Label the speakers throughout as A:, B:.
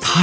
A: 他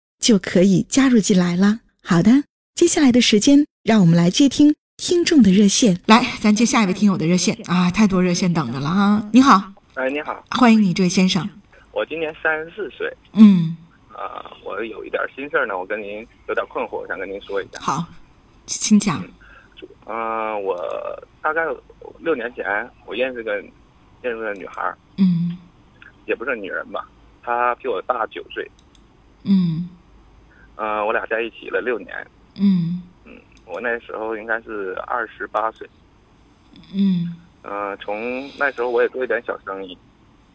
B: 就可以加入进来了。好的，接下来的时间，让我们来接听听众的热线。来，咱接下一位听友的热线啊，太多热线等着了啊！你好，
C: 哎，你好，
B: 欢迎你，这位先生。
C: 我今年三十四岁，
B: 嗯，
C: 啊、我有一点心事儿呢，我跟您有点困惑，我想跟您说一下。
B: 好，请讲。
C: 嗯、我大概六年前，我认识个认识个女孩儿，
B: 嗯
C: 也不是女人吧，她比我大九岁，
B: 嗯
C: 嗯、我俩在一起了六年，
B: 嗯
C: 我那时候应该是二十八岁，
B: 嗯
C: 嗯、从那时候我也做一点小生意，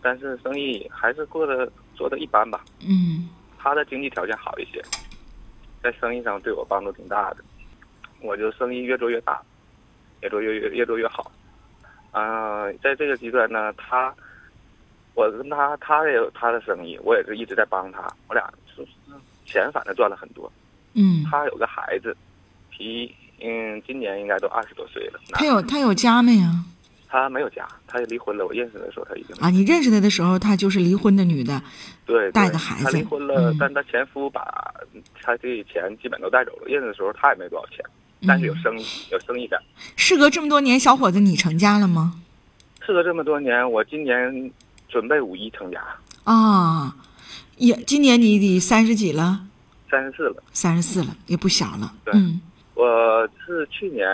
C: 但是生意还是过得做的一般吧，
B: 嗯
C: 他的经济条件好一些，在生意上对我帮助挺大的，我就生意越做越大，越做越越越做越好。啊、在这个阶段呢，他，我跟他，他也有他的生意，我也是一直在帮他，我俩是钱反正赚了很多。
B: 嗯，
C: 他有个孩子，提嗯，今年应该都二十多岁了，那
B: 他有他有家没呀？
C: 他没有家，他也离婚了。我认识的时候他已经
B: 啊，你认识他的时候，他就是离婚的女的。
C: 对，
B: 带
C: 对
B: 个孩
C: 他
B: 子
C: 离婚了，
B: 嗯
C: 但他前夫把他这钱基本都带走了。认识的时候他也没多少钱，但是有
B: 嗯
C: 生意，有生意感。
B: 事隔这么多年，小伙子，你成家了吗？
C: 试了这么多年，我今年准备五一成家，
B: 啊，也今年你得三十几了，
C: 三十四了。
B: 三十四了，也不小了。
C: 对
B: 嗯
C: 我是去年，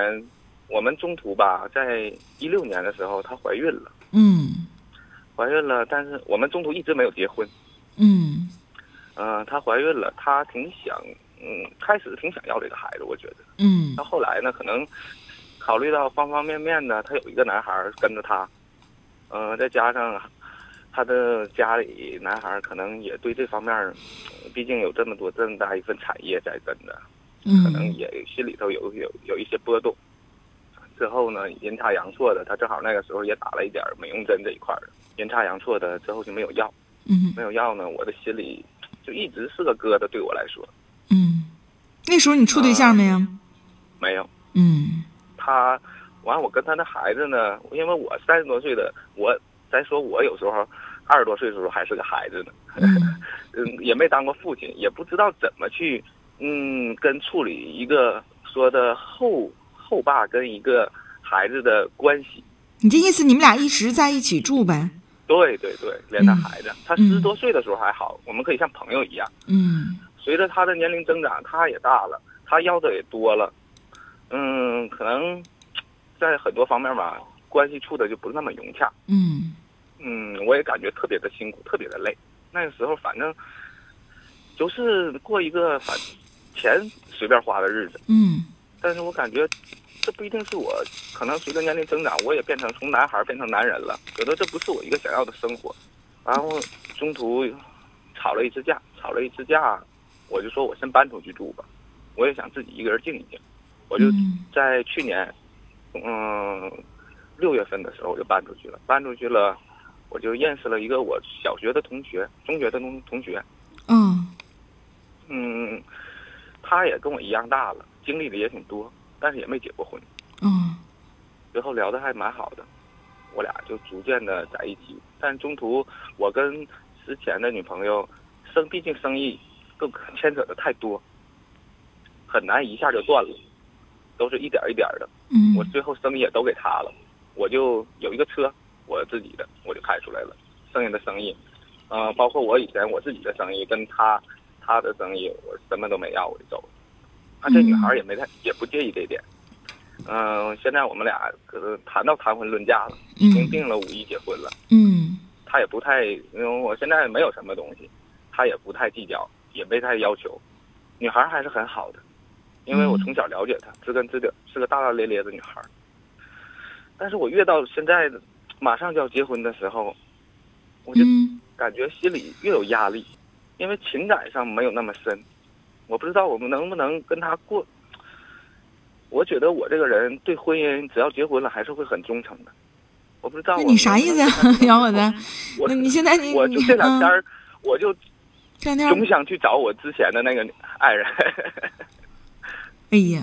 C: 我们中途吧，在一六年的时候她怀孕了，
B: 嗯
C: 怀孕了，但是我们中途一直没有结婚。
B: 嗯
C: 嗯、她怀孕了，她挺想，嗯，开始挺想要这个孩子，我觉得。
B: 嗯
C: 到后来呢，可能考虑到方方面面呢，她有一个男孩儿跟着她，嗯、再加上她的家里男孩儿可能也对这方面儿，毕竟有这么多这么大一份产业在跟着，可能
B: 嗯
C: 也心里头有有有一些波动。之后呢，阴差阳错的，她正好那个时候也打了一点儿美容针这一块儿的，阴差阳错的之后就没有要，
B: 嗯
C: 没有要呢，我的心里就一直是个疙瘩，对我来说
B: 嗯，那时候你处对象没有？
C: 没有。
B: 嗯
C: 他，完我跟他的孩子呢，因为我三十多岁的，我再说我有时候二十多岁的时候还是个孩子呢，
B: 嗯
C: 嗯，也没当过父亲，也不知道怎么去，嗯，跟处理一个说的后后爸跟一个孩子的关系。
B: 你这意思，你们俩一直在一起住呗？
C: 对对对，连带孩子，他
B: 嗯
C: 十多岁的时候还好，我们可以像朋友一样。
B: 嗯
C: 随着他的年龄增长，他也大了，他要的也多了，嗯，可能在很多方面吧，关系处的就不是那么融洽。
B: 嗯
C: 嗯，我也感觉特别的辛苦，特别的累。那个时候反正就是过一个反钱随便花的日子，
B: 嗯
C: 但是我感觉这不一定是我，可能随着年龄增长，我也变成从男孩儿变成男人了，觉得这不是我一个想要的生活。然后中途吵了一次架，吵了一次架，我就说我先搬出去住吧，我也想自己一个人静一静。我就
B: 嗯
C: 在去年，嗯，六月份的时候我就搬出去了。搬出去了，我就认识了一个我小学的同学，中学的同同学。
B: 嗯
C: 嗯，他也跟我一样大了，经历的也挺多，但是也没结过婚。
B: 嗯
C: 最后聊的还蛮好的，我俩就逐渐的在一起。但中途我跟之前的女朋友生，毕竟生意更牵扯的太多，很难一下就断了，都是一点儿一点儿的。
B: 嗯
C: 我最后生意也都给他了，我就有一个车，我自己的我就开出来了，剩下的生意，呃，包括我以前我自己的生意跟他他的生意，我什么都没要，我就走了。啊，这女
B: 嗯
C: 孩儿也没太也不介意这点。嗯、现在我们俩可是谈到谈婚论嫁了，已经
B: 嗯
C: 定了五一结婚了。
B: 嗯
C: 她也不太，因为我现在没有什么东西，她也不太计较，也没太要求。女孩儿还是很好的，因
B: 嗯
C: 为我从小了解她，知根知底，是个大大咧咧的女孩儿。但是我越到现在，马上就要结婚的时候，我就
B: 嗯
C: 感觉心里越有压力，因为情感上没有那么深，我不知道我们能不能跟他过。我觉得我这个人对婚姻，只要结婚了还是会很忠诚的。我不知道
B: 那
C: 我
B: 你啥意思呀啊
C: 能不能跟他
B: 杨伙子？
C: 我
B: 那你现在你
C: 我就这两天
B: 嗯
C: 儿，我就
B: 这两天
C: 总
B: 儿，
C: 想去找我之前的那个爱人，
B: 哎呀，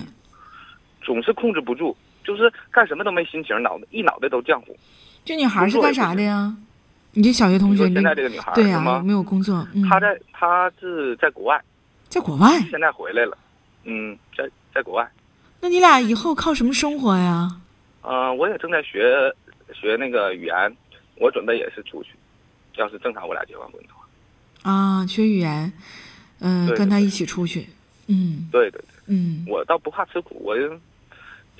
C: 总是控制不住，就是干什么都没心情，脑袋一脑袋都浆糊。
B: 这女孩儿是干啥的呀？你这小学同
C: 你
B: 学，
C: 说
B: 你
C: 现在这个女孩儿
B: 对啊
C: 是
B: 呀、有
C: 吗？
B: 没有工作？嗯，
C: 她在她是在国外，
B: 在国外，
C: 现在回来了，嗯，在在国外。
B: 那你俩以后靠什么生活呀？
C: 嗯，我也正在学学那个语言，我准备也是出去。要是正常我俩结完婚的话，
B: 啊，学语言，嗯、
C: 对
B: 跟他
C: 对
B: 一起出去，嗯
C: 对对对，
B: 嗯
C: 我倒不怕吃苦，我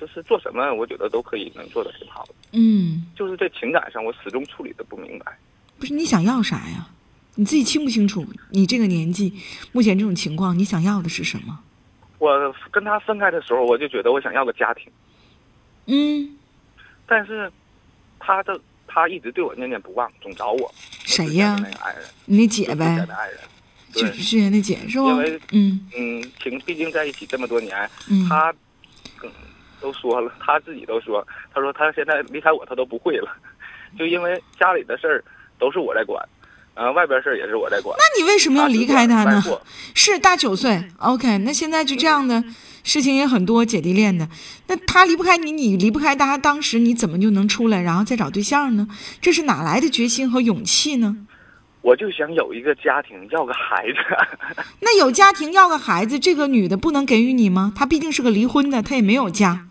C: 就是做什么，我觉得都可以能做的挺好的。
B: 嗯，
C: 就是这情感上，我始终处理的不明白。
B: 不是你想要啥呀？你自己清不清楚？你这个年纪，目前这种情况，你想要的是什么？
C: 我跟他分开的时候，我就觉得我想要个家庭，
B: 嗯，
C: 但是他的他一直对我念念不忘，总找我。
B: 谁呀
C: 我之前的那个爱人，
B: 你那
C: 就
B: 姐
C: 之
B: 呗
C: 前，的爱人。
B: 就
C: 对
B: 是，之前那姐是不
C: 因为？
B: 嗯
C: 嗯，情毕竟在一起这么多年，
B: 嗯，
C: 他嗯都说了，他自己都说，他说他现在离开我他都不会了，就因为家里的事儿都是我在管，呃，外边事儿也是我在管。
B: 那你为什么要离开他
C: 他
B: 呢
C: 只？管外货嗯
B: 是大九岁，OK。那现在就这样的事情也很多，姐弟恋的。那他离不开你，你离不开他，当时你怎么就能出来，然后再找对象呢？这是哪来的决心和勇气呢？
C: 我就想有一个家庭，要个孩子。
B: 那有家庭要个孩子，这个女的不能给予你吗？她毕竟是个离婚的，她也没有家。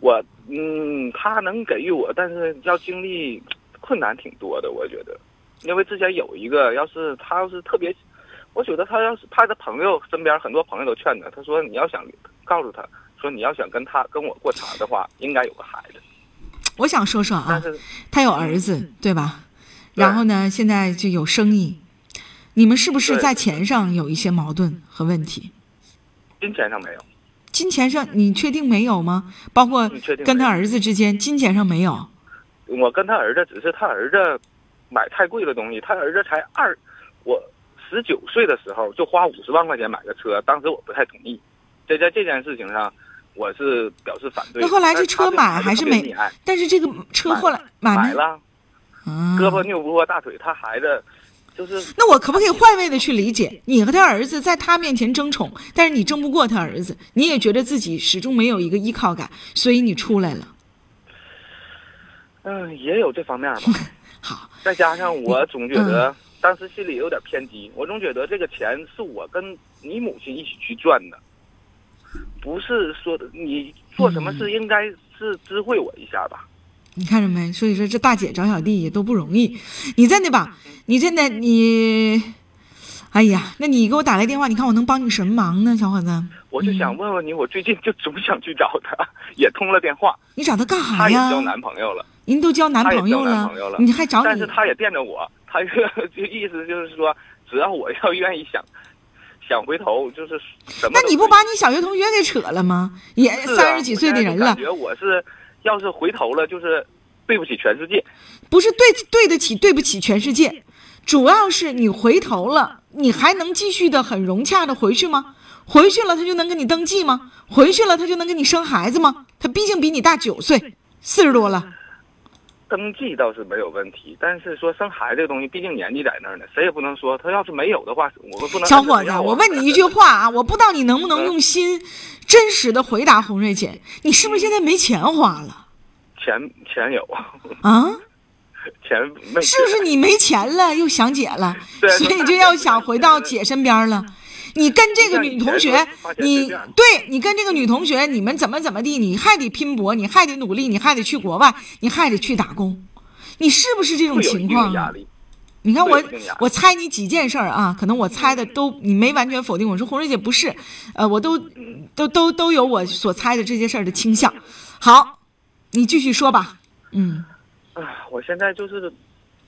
C: 我嗯，他能给予我，但是要经历困难挺多的，我觉得，因为之前有一个，要是他要是特别，我觉得他要是他的朋友身边很多朋友都劝他，他说你要想告诉他说你要想跟他跟我过长的话，应该有个孩子，
B: 我想说说
C: 但
B: 啊，
C: 是。
B: 她有儿子，对吧？
C: 嗯对
B: 然后呢，现在就有生意。你们是不是
C: 对
B: 在钱上有一些矛
C: 嗯
B: 盾和问题？
C: 金钱上没有，
B: 金钱上你确定没有吗？包括
C: 嗯确定没有
B: 跟他儿子之间，金钱上没有。
C: 我跟他儿子只是他儿子买太贵的东西，他儿子才二，我十九岁的时候就花五十万块钱买个车，当时我不太同意，这在这件事情上我是表示反对的。
B: 那后来这
C: 但
B: 车
C: 他对
B: 买
C: 孩子
B: 还是
C: 特别
B: 没
C: 溺爱
B: 但是这个车后来买
C: 买
B: 没，
C: 了，
B: 嗯
C: 胳膊拗不过大腿，他孩子就是
B: 那我可不可以换位的去理解？你和他儿子在他面前争宠，但是你争不过他儿子，你也觉得自己始终没有一个依靠感，所以你出来了。
C: 嗯也有这方面吧，
B: 好，
C: 再加上
B: 嗯
C: 我总觉得。当时心里有点偏激，我总觉得这个钱是我跟你母亲一起去赚的，不是说的你做什么
B: 嗯
C: 事应该是知会我一下吧。
B: 你看着没？所以说这大姐找小弟也都不容易。你真的吧？你真
C: 嗯
B: 的你，哎呀，那你给我打来电话，你看我能帮你什么忙呢，小伙子？
C: 我就
B: 嗯
C: 想问问你，我最近就总想去找她，也通了电话，
B: 你找他干
C: 她
B: 啥
C: 也
B: 呀？
C: 交男朋友了，
B: 您都交男
C: 她也
B: 朋友
C: 交男
B: 了
C: 朋友了，
B: 你还找
C: 但
B: 你
C: 是？她也惦着我，她就就意思就是说，只要我要愿意想想回头，就是什么
B: 那
C: 都
B: 你不
C: 可以
B: 把你小学同学给扯了吗？也
C: 是啊
B: 三十几岁的人
C: 我现在就
B: 了
C: 感，觉我是要是回头了，就是对不起全世界。
B: 不是对对得起对不起全世界，主要是你回头了，你还能继续的很融洽的回去吗？回去了他就能给你登记吗？回去了他就能给你生孩子吗？他毕竟比你大九岁，四十多了。
C: 登记倒是没有问题，但是说生孩子这个东西，毕竟年纪在那儿呢，谁也不能说他要是没有的话，我们不能。
B: 小伙子，我问你一句话啊，我不知道你能不能
C: 嗯
B: 用心、真实的回答红瑞姐，你是不是现在没钱花了
C: 钱钱有，
B: 啊？
C: 钱没
B: 是不是你没钱了又想姐了，
C: 对
B: 所以就要想回到姐身边了？你跟这个女同学，你对你跟这个女同学，你们怎么怎么地，你还得拼搏，你还得努力，你还得去国外，你还得去打工，你是不是这种
C: 会有
B: 情
C: 一定的
B: 况
C: 压
B: 啊？
C: 力？
B: 你看我
C: 对不一嗯样，
B: 我猜你几件事儿啊？可能我猜的都你没完全否定我说红瑞姐不是，呃，我都
C: 嗯
B: 都都都有我所猜的这些事儿的倾向。好，你继续说吧。嗯，
C: 啊，我现在就是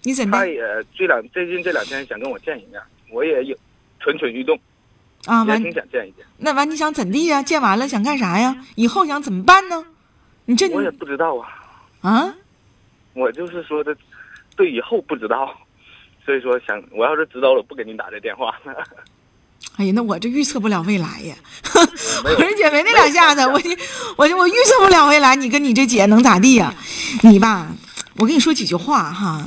B: 你怎的
C: 他也这两最近这两天想跟我见一面，我也有蠢蠢欲动，
B: 啊？
C: 也
B: 完
C: 挺想见一见。
B: 那完你想怎地呀？见完了想干啥呀？以后想怎么办呢？你这
C: 我也不知道啊，
B: 啊？
C: 我就是说的，对以后不知道，所以说想我要是知道了，不给您打这电话了。
B: 哎呀，那我这预测不了未来呀！
C: 没 有
B: 我说姐没那两下子，我就我就我预测不了未来，你跟你这姐能咋地呀、你吧，我跟你说几句话哈，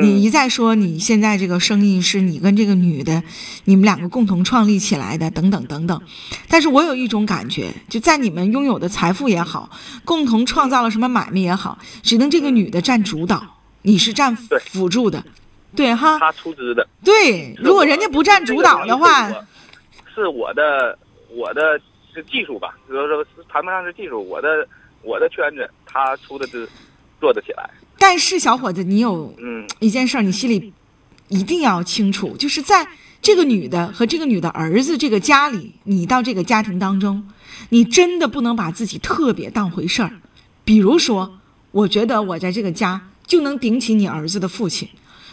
C: 嗯
B: 你一再说你现在这个生意是你跟这个女的，你们两个共同创立起来的，等等等等。但是我有一种感觉，就在你们拥有的财富也好，共同创造了什么买卖也好，只能这个女的占主导，你是占
C: 对
B: 辅助的，对哈？
C: 他出资的，
B: 对，如果人家不占主导的话
C: 这。个东西是我的我的是技术吧，就是说谈不上是技术，我的我的圈子他出的资，做得起来。
B: 但是小伙子，你有
C: 嗯
B: 一件事儿，你心里一定要清楚，就是在这个女的和这个女的儿子这个家里，你到这个家庭当中，你真的不能把自己特别当回事儿。比如说，我觉得我在这个家就能顶起你儿子的父亲；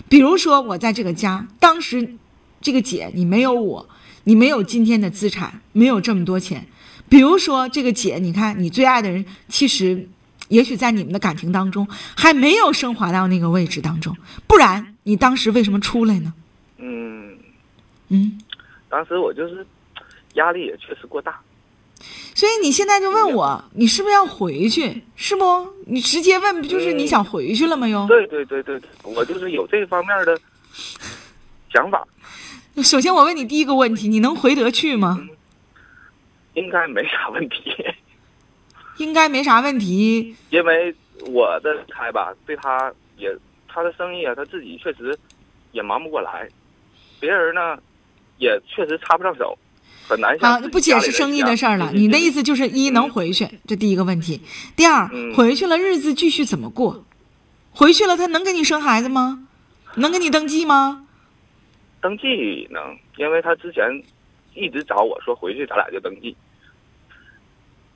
B: 比如说，我在这个家，当时这个姐你没有我，你没有今天的资产，没有这么多钱。比如说，这个姐，你看你最爱的人，其实 也许在你们的感情当中还没有升华到那个位置当中，不然你当时为什么出来呢？
C: 嗯，
B: 嗯，
C: 当时我就是压力也确实过大。
B: 所以你现在就问我，你是不是要回去？是不？你直接问不就是你想回去了吗？又，
C: 对对对对，对我就是有这方面的想法，
B: 首先我问你第一个问题，你能回得去吗？
C: 应该没啥问题，
B: 应该没啥问题。
C: 因为我的猜吧，对他也他的生意啊，他自己确实也忙不过来，别人呢也确实插不上手，很难
B: 好，
C: 像自己
B: 啊不解释
C: 家里人
B: 生
C: 一
B: 意的
C: 样
B: 事儿了。
C: 对对
B: 你的
C: 对
B: 意思就是一能回去，这第一个问题。第二
C: 嗯，
B: 回去了日子继续怎么过？回去了他能给你生孩子吗？能给你登记吗？
C: 登记呢？因为他之前一直找我说回去咱俩就登记，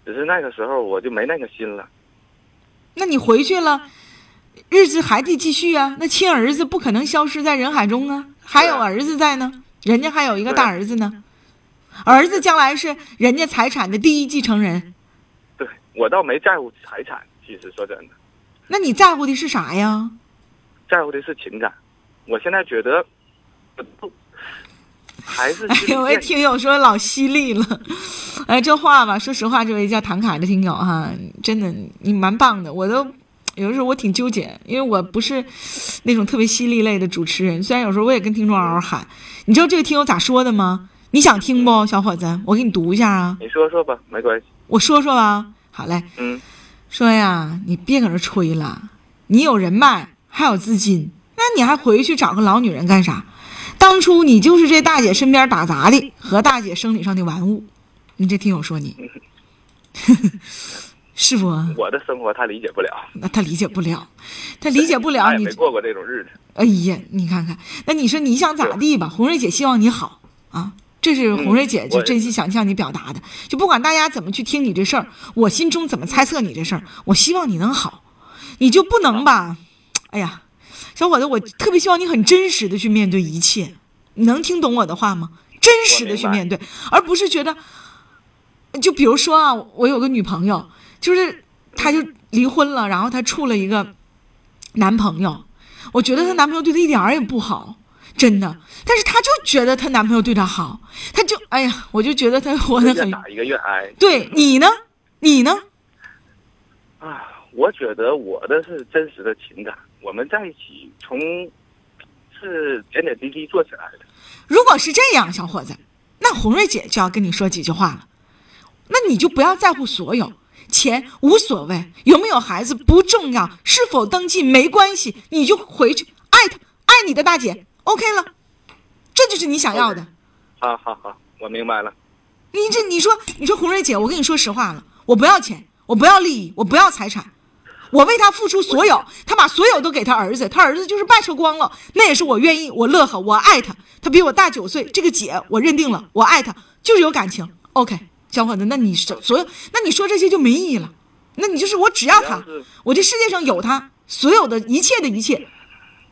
C: 只是那个时候我就没那个心了。
B: 那你回去了，日子还得继续啊。那亲儿子不可能消失在人海中啊，还有
C: 对啊
B: 儿子在呢，人家还有一个
C: 对
B: 大儿子呢。儿子将来是人家财产的第一继承人，
C: 对我倒没在乎财产，其实说真的。
B: 那你在乎的是啥呀？
C: 在乎的是情感。我现在觉得，我不还是
B: 哎 呦，我也听友说老犀利了， 哎，这话吧，说实话，这位叫唐凯的听友哈，真的你蛮棒的，我都有的时候我挺纠结，因为我不是那种特别犀利类的主持人，虽然有时候我也跟听众嗷嗷喊，你知道这个听友咋说的吗？你想听不，小伙子？我给你读一下啊，
C: 你说说吧，没关系。
B: 我说说啊，好嘞，
C: 嗯，
B: 说呀，你别搁这吹了，你有人脉，还有资金，那你还回去找个老女人干啥？当初你就是这大姐身边打杂的和大姐生理上的玩物，你这听友说你，
C: 嗯
B: 是不？
C: 我的生活他理解不了，
B: 那他理解不了，他理解不
C: 他
B: 了
C: 也
B: 你
C: 哎没。过过这种日子。
B: 哎呀，你看看，那你说你想咋地吧？红瑞姐希望你好啊，这是红瑞姐
C: 嗯
B: 就
C: 我也
B: 真心想向你表达的。就不管大家怎么去听你这事儿，我心中怎么猜测你这事儿，我希望你能好，你就不能吧？哎呀，小伙子，我特别希望你很真实的去面对一切，你能听懂我的话吗？真实的去
C: 我明白
B: 面对，而不是觉得就比如说啊，我有个女朋友，就是她就离婚了，然后她处了一个男朋友，我觉得她男朋友对她一点儿也不好，真的。但是她就觉得她男朋友对她好，她就哎呀，我就觉得她活得
C: 愿
B: 很。
C: 打一个愿挨。
B: 对你呢？你呢？
C: 啊，我觉得我的是真实的情感，我们在一起从是点点滴滴做起来的。
B: 如果是这样，小伙子，那红瑞姐就要跟你说几句话了。那你就不要在乎所有，钱无所谓，有没有孩子不重要，是否登记没关系，你就回去爱他，爱你的大姐，OK 了，这就是你想要的。
C: 好好好，我明白了。
B: 你这你说你说红瑞姐，我跟你说实话了，我不要钱，我不要利益，我不要财产，我为他付出所有，他把所有都给他儿子，他儿子就是败车光了，那也是我愿意，我乐呵，我爱他，他比我大九岁，这个姐我认定了，我爱他就是有感情。OK，小伙子，那你所所有，那你说这些就没意义了，那你就是我只要他，我这世界上有他，所有的一切的一切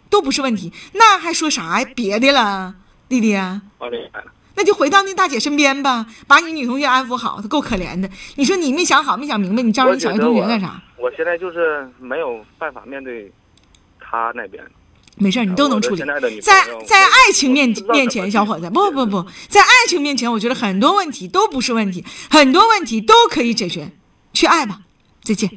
B: 都不是问题，那还说啥别的了，弟弟啊？
C: 我明白了。
B: 那就回到那大姐身边吧，把你女同学安抚好，她够可怜的。你说你没想好，没想明白，你招
C: 我
B: 人
C: 觉
B: 小
C: 得
B: 学同学干啥？
C: 我？我现在就是没有办法面对他那边。
B: 没事儿，你都能
C: 我
B: 处理
C: 现。在的女朋
B: 在
C: 友
B: 在
C: 我
B: 爱情面
C: 我不知道
B: 面
C: 怎么
B: 前，
C: 去
B: 小伙子，不不
C: 解
B: 不，在爱情面前，我觉得很多问题都不是问题，很多问题都可以解决，去爱吧。再见，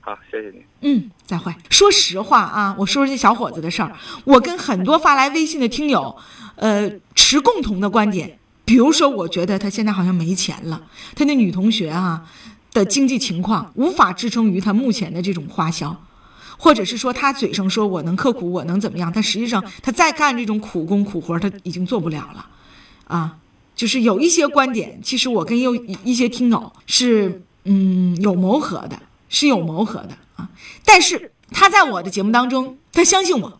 C: 好，谢谢你。
B: 嗯，再会。说实话啊，我说说这小伙子的事儿，我跟很多发来微信的听友，呃，持共同的观点。比如说，我觉得他现在好像没钱了，他那女同学啊的经济情况无法支撑于他目前的这种花销。或者是说他嘴上说我能刻苦，我能怎么样，但实际上他再干这种苦工苦活，他已经做不了了，啊，就是有一些观点，其实我跟有一一些听友是嗯有谋合的，是有谋合的啊，但是他在我的节目当中，他相信我，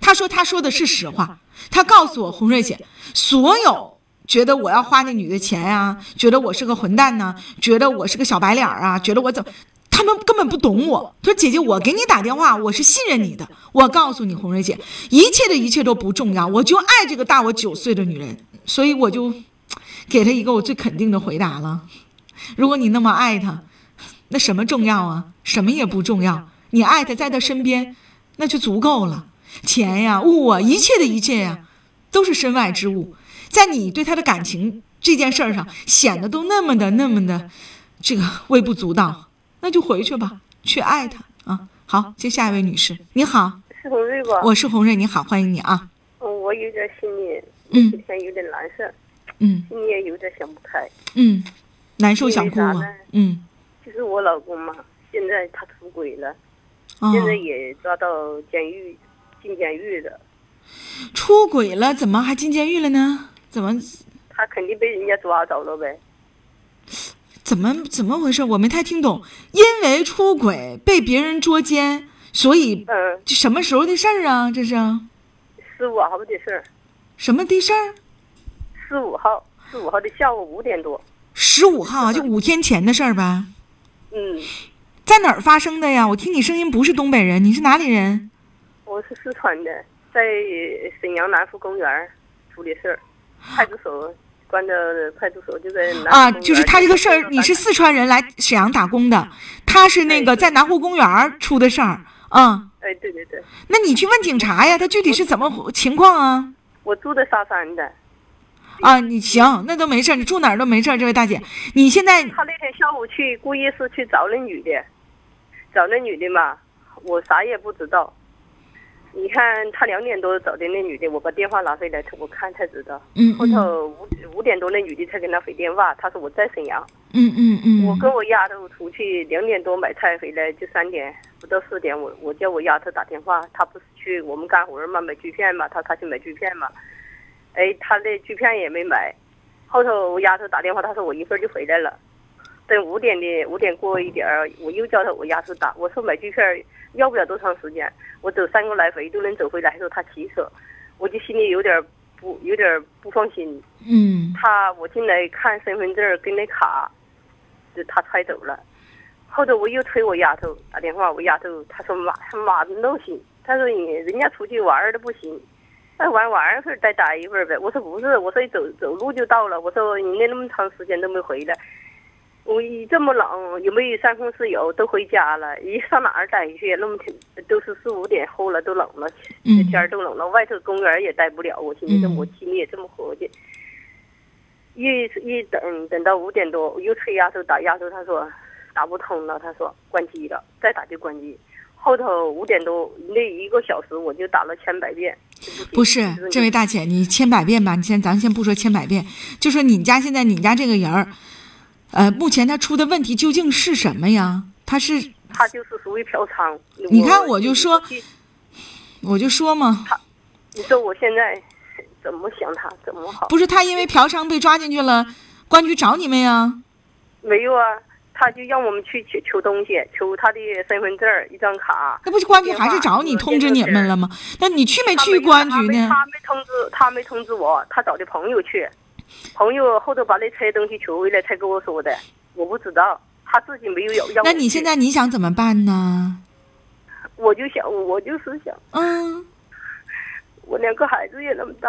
B: 他说他说的是实话，他告诉我红瑞姐，所有觉得我要花那女的钱啊，觉得我是个混蛋呐、觉得我是个小白脸儿啊，觉得我怎么，他们根本不懂我。他说姐姐，我给你打电话，我是信任你的，我告诉你红瑞姐，一切的一切都不重要，我就爱这个大我九岁的女人，所以我就给她一个我最肯定的回答了。如果你那么爱她，那什么重要啊？什么也不重要，你爱她在她身边，那就足够了。钱呀、物啊，一切的一切呀、都是身外之物。在你对她的感情这件事儿上，显得都那么的、那么的，这个微不足道。那就回去吧，去爱她啊。好，接下一位女士，你好，
D: 是红瑞吧？
B: 我是红瑞，你好，欢迎你啊。
D: 嗯，我有点心里
B: 嗯
D: 今天有点难受，
B: 嗯
D: 心里也有点想不开。
B: 嗯，难受想哭
D: 因
B: 啊
D: 为啥呢。
B: 嗯
D: 就是我老公嘛，现在他出轨了，
B: 啊，
D: 现在也抓到监狱，进监狱了。
B: 出轨了，怎么还进监狱了呢？怎么
D: 他肯定被人家抓着了呗。
B: 怎么怎么回事？我没太听懂。因为出轨被别人捉奸，所以
D: 嗯，
B: 这什么时候的事儿啊？这是
D: 十五号的事儿，
B: 什么的事儿？
D: 十五号，十五号的下午五点多。
B: 十五号啊，就五天前的事儿呗。
D: 嗯，
B: 在哪儿发生的呀？我听你声音不是东北人，你是哪里人？
D: 我是四川的，在沈阳南湖公园儿出的事儿，派出所关到派出所就在南湖
B: 啊，
D: 公
B: 就是
D: 园
B: 他这个事
D: 就
B: 儿，
D: 到
B: 你是
D: 大
B: 四川人来沈阳打工的，他是那个在南湖公园儿出的事儿，嗯，
D: 哎，对对对，
B: 那你去问警察呀，他具体是怎么
D: 嗯
B: 情况啊？
D: 我住在沙山的。
B: 啊，你行，那都没事儿，你住哪儿都没事儿，这位大
D: 嗯
B: 姐，你现在
D: 他那天下午去，故意是去找那女的，找那女的嘛，我啥也不知道。你看他两点多找的那女的，我把电话拿回来，我看才知道。
B: 嗯
D: 后
B: 嗯
D: 头五五点多那女的才给他回电话，他说我在沈阳，
B: 嗯嗯
D: 我
B: 嗯，
D: 跟我丫头出去两点多买菜回来就三点不到四点，我我叫我丫头打电话，她不是去我们干活儿嘛，买锯片嘛，她她去买锯片嘛，哎，她那锯片也没买，后头我丫头打电话，她说我一会儿就回来了，等五点的五点过一点儿，我又叫她我丫头打，我说买锯片儿要不了多长时间，我走三个来回就能走回来，还说她骑车，我就心里有点儿不有点儿不放心，
B: 嗯
D: 他我进来看身份证儿跟那卡，就他揣走了。后头我又催我丫头打电话，我丫头她说妈她妈闹心，她说你人家出去玩儿的不行，那玩玩一会儿再待一会儿呗。我说不是，我说走走路就到了，我说你那那么长时间都没回来，我一这么冷，有没有三公室友都回家了，一上哪儿待去？那么天都是四五点后了，都冷了，这
B: 嗯
D: 天儿都冷了，外头公园儿也待不了。我寻思这
B: 嗯
D: 我心里也这么合计，一一等等到五点多，我又催丫头打丫头，她说打不通了，她说关机了，再打就关机。后头五点多那一个小时，我就打了千百遍。
B: 不是，这位大姐，你千百遍吧，你先咱先不说千百遍，就说你家现在你家这个人儿，
D: 嗯
B: 呃，目前他出的问题究竟是什么呀？他是
D: 他就是属于嫖娼。
B: 你看我就说我就说嘛，
D: 你说我现在 怎么想他怎么好？
B: 不是他因为嫖娼被抓进去了，公安局找你们呀？
D: 没有啊，他就让我们去求求东西，求他的身份证儿一张卡。
B: 那不就公安局还是找你通知你们了吗？那你去没
D: 他
B: 去公安
D: 他
B: 局
D: 没
B: 呢？
D: 他没通知，他没通知我，他找的朋友去，朋友后头把那车东西取回来才跟我说的，我不知道，他自己没有要。让
B: 那
D: 我
B: 你
D: 去
B: 现在你想怎么办呢？
D: 我就想，我就是想，
B: 嗯，
D: 我两个孩子也那么大，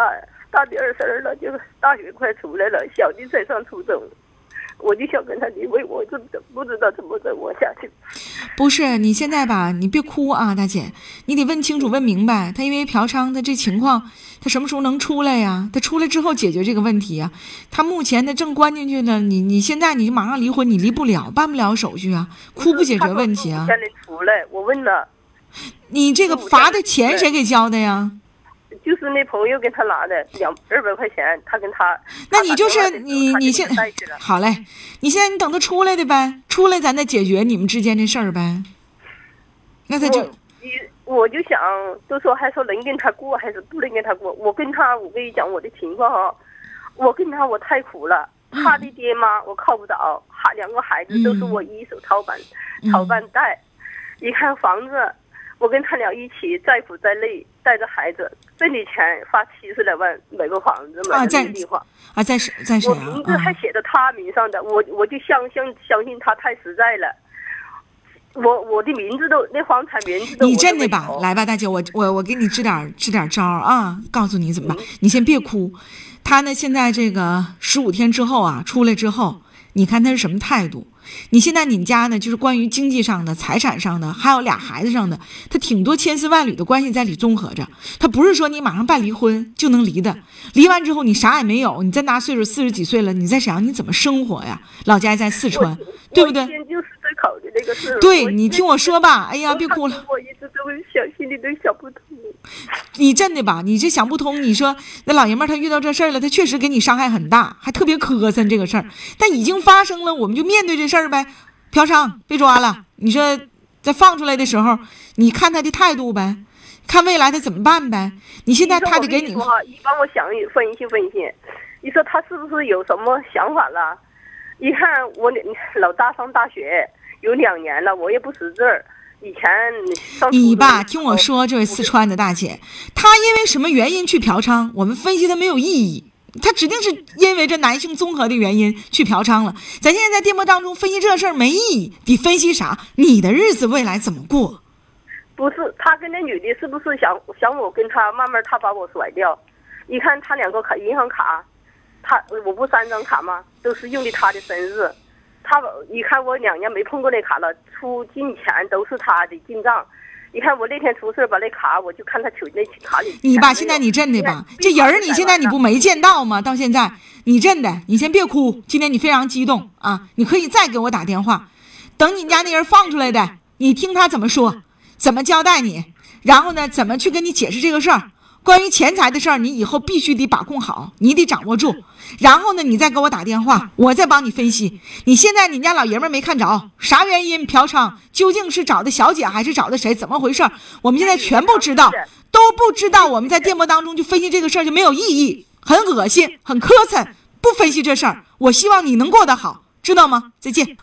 D: 大的二十二了，就是大学快出来了，小的才上初中，我就想跟他离婚，我就不知道怎么再活下去。
B: 不是，你现在吧，你别哭啊，大姐，你得问清楚、问明白。他因为嫖娼，他这情况，他什么时候能出来呀、他出来之后解决这个问题呀、他目前他正关进去呢，你你现在你就马上离婚，你离不了，办不了手续啊，哭不解决问题啊
D: 他说。是五天内出来，我问了，
B: 你这个罚的钱谁给交的呀？
D: 就是那朋友给他拿的两二百块钱，他跟他。
B: 那你就
D: 他打
B: 是
D: 电话
B: 你你
D: 给他他就
B: 现
D: 给他带去了。
B: 好嘞，你现在你等他出来的呗，出来咱再解决你们之间这事儿呗。那他就
D: 我你我就想，都说还说能跟他过还是不能跟他过。我跟他，我跟你讲我的情况啊，我跟他我太苦了，
B: 嗯
D: 他的爹妈我靠不着，孩两个孩子都是我一手操办、
B: 嗯
D: 操办带。你看房子，我跟他俩一起再苦再累，带着孩子挣的钱花七十来万买个房子，
B: 啊
D: 买个
B: 在
D: 绿地方。
B: 啊，在谁在谁
D: 我
B: 啊
D: 名？字还
B: 啊
D: 写着他名上的，我我就相相相信他太实在了。我我的名字都那房产名字都
B: 你
D: 我都
B: 真
D: 没
B: 的吧
D: 有？
B: 来吧，大姐，我我我给你支点儿支点儿招儿啊，告诉你怎么
D: 嗯
B: 办。你先别哭，他呢现在这个十五天之后啊，出来之后，你看他是什么态度？你现在你们家呢，就是关于经济上的、财产上的，还有俩孩子上的，他挺多千丝万缕的关系在里综合着。他不是说你马上办离婚就能离的，离完之后你啥也没有，你再大岁数四十几岁了，你在沈阳你怎么生活呀？老家在四川，对不
D: 我
B: 对？
D: 先就是在考虑那个 事儿。
B: 对你听我说吧，哎
D: 我
B: 呀，别哭了。
D: 我一直都想，心里都想不通。
B: 你真的吧？你这想不通。你说那老爷们儿他遇到这事儿了，他确实给你伤害很大，还特别磕碜这个
D: 嗯
B: 事儿。但已经发生了，我们就面对这事儿呗。嫖娼被抓了，
D: 嗯
B: 你说在放出来的时候，你看他的态度呗，看未来他怎么办呗。你现在
D: 嗯说
B: 他
D: 我
B: 得
D: 跟
B: 给你
D: 说啊，你帮我想一分析分析，你说他是不是有什么想法了？你看我那老大上大学有两年了，我也不识字儿。以前上初
B: 你
D: 中
B: 吧，
D: 的时
B: 听
D: 候
B: 我说，这位四川的大姐，她因为什么原因去嫖娼？我们分析她没有意义，她指定是因为这男性综合的原因去嫖娼了。咱现在在电波当中分析这事儿没意义，得分析啥？你的日子未来怎么过？
D: 不是，他跟那女的是不是想想我跟他慢慢他把我甩掉？你看他两个卡银行卡，他我不三张卡吗？都是用的他的生日。他你看我两年没碰过那卡了，出进钱都是他的进账。你看我那天出事儿把那卡，我就看他取那卡里。
B: 你吧，现在你真的吧，这人儿你现在你不没见到吗？到现在你真的，你先别哭，今天你非常激动啊，你可以再给我打电话，等你家那人放出来的，你听他怎么说，怎么交代你，然后呢，怎么去跟你解释这个事儿。关于钱财的事儿，你以后必须得把控好，你得掌握住。然后呢，你再给我打电话，我再帮你分析。你现在你家老爷们儿没看着，啥原因嫖娼？究竟是找的小姐还是找的谁？怎么回事儿？我们现在全部知道，都不知道。我们在电波当中就分析这个事儿就没有意义，很恶心，很磕碜。不分析这事儿，我希望你能过得好，知道吗？再见。